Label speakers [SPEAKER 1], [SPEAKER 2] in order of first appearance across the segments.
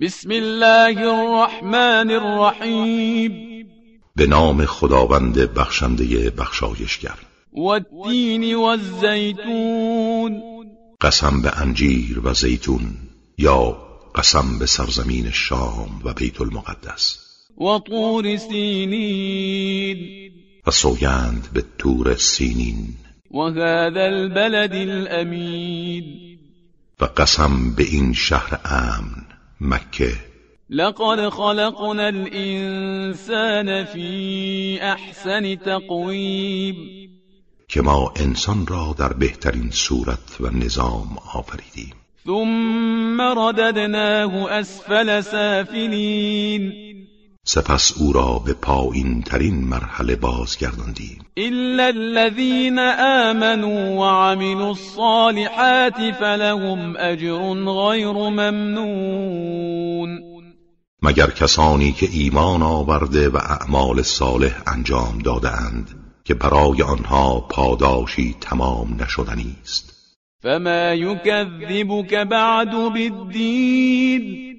[SPEAKER 1] بسم الله الرحمن الرحیم
[SPEAKER 2] به نام خداوند بخشنده بخشایشگر
[SPEAKER 1] والتین والزیتون
[SPEAKER 2] قسم به انجیر و زیتون یا قسم به سرزمین شام و بیت المقدس
[SPEAKER 1] وطور سینین
[SPEAKER 2] و سوگند به تور سینین
[SPEAKER 1] وهذا البلد الأمين
[SPEAKER 2] و قسم به این شهر امن مکه
[SPEAKER 1] لقد خلقنا الإنسان في أحسن تقويم
[SPEAKER 2] که ما انسان را در بهترین صورت و نظام آفریدیم
[SPEAKER 1] ثم رددناه أسفل سافلين
[SPEAKER 2] سپس او را به پایین ترین مرحله بازگرداندیم
[SPEAKER 1] إلا الذين آمنوا وعملوا الصالحات فلهم أجر غير ممنون
[SPEAKER 2] مگر کسانی که ایمان آورده و اعمال صالح انجام دادهاند که برای آنها پاداشی تمام نشدنی است
[SPEAKER 1] فما يكذبك بعد بالدين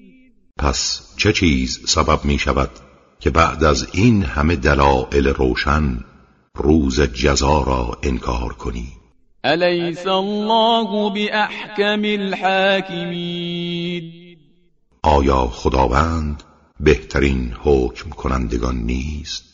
[SPEAKER 2] پس چه چیز سبب می شود که بعد از این همه دلایل روشن روز جزا را انکار کنی
[SPEAKER 1] أليس الله بأحكم الحاكمين
[SPEAKER 2] آیا خداوند بهترین حکم کنندگان نیست